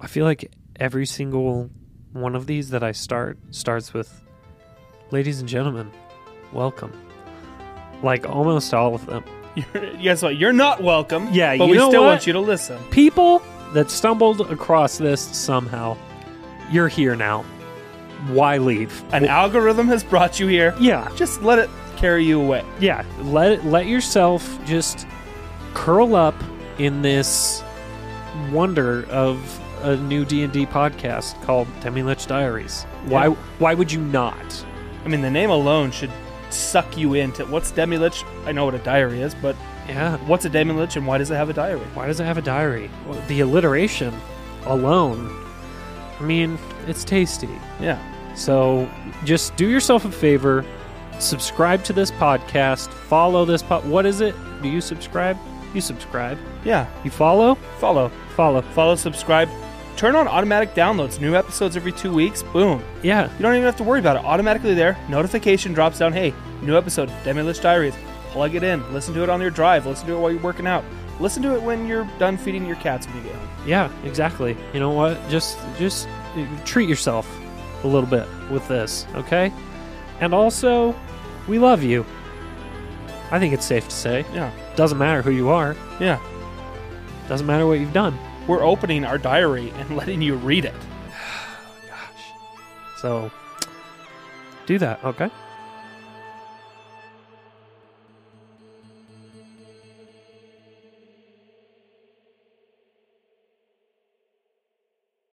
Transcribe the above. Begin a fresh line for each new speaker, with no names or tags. I feel like every single one of these that I start starts with, ladies and gentlemen, welcome. Like almost all of them.
You're, guess what? You're not welcome.
Yeah,
but
you
we
know
still
what?
want you to listen.
People that stumbled across this somehow, you're here now. Why leave?
An algorithm has brought you here.
Yeah,
Just let it carry you away.
yeah. Let let yourself just curl up in this wonder of a new D and D podcast called Demi Lich Diaries. Why
Yeah.
why would you not?
I mean, the name alone should suck you into what's Demilich. I know what a diary is, but
Yeah.
what's a Demilich and why does it have a diary?
Why does it have a diary? Well, the alliteration alone. I mean, it's tasty.
Yeah.
So just do yourself a favor, subscribe to this podcast, follow this pod. What is it? Do you subscribe? You subscribe.
Yeah.
You follow?
Follow.
Follow.
Follow, subscribe. Turn on automatic downloads. New episodes every two weeks. Boom.
Yeah.
You don't even have to worry about it. Automatically there, notification drops down. Hey, new episode, Demilich Diaries. Plug it in. Listen to it on your drive. Listen to it while you're working out. Listen to it when you're done feeding your cats when you get home.
Yeah, exactly. You know what? Just just uh, treat yourself a little bit with this, okay? And also, we love you. I think it's safe to say.
Yeah.
Doesn't matter who you are.
Yeah.
Doesn't matter what you've done.
We're opening our diary and letting you read it.
So do that, okay?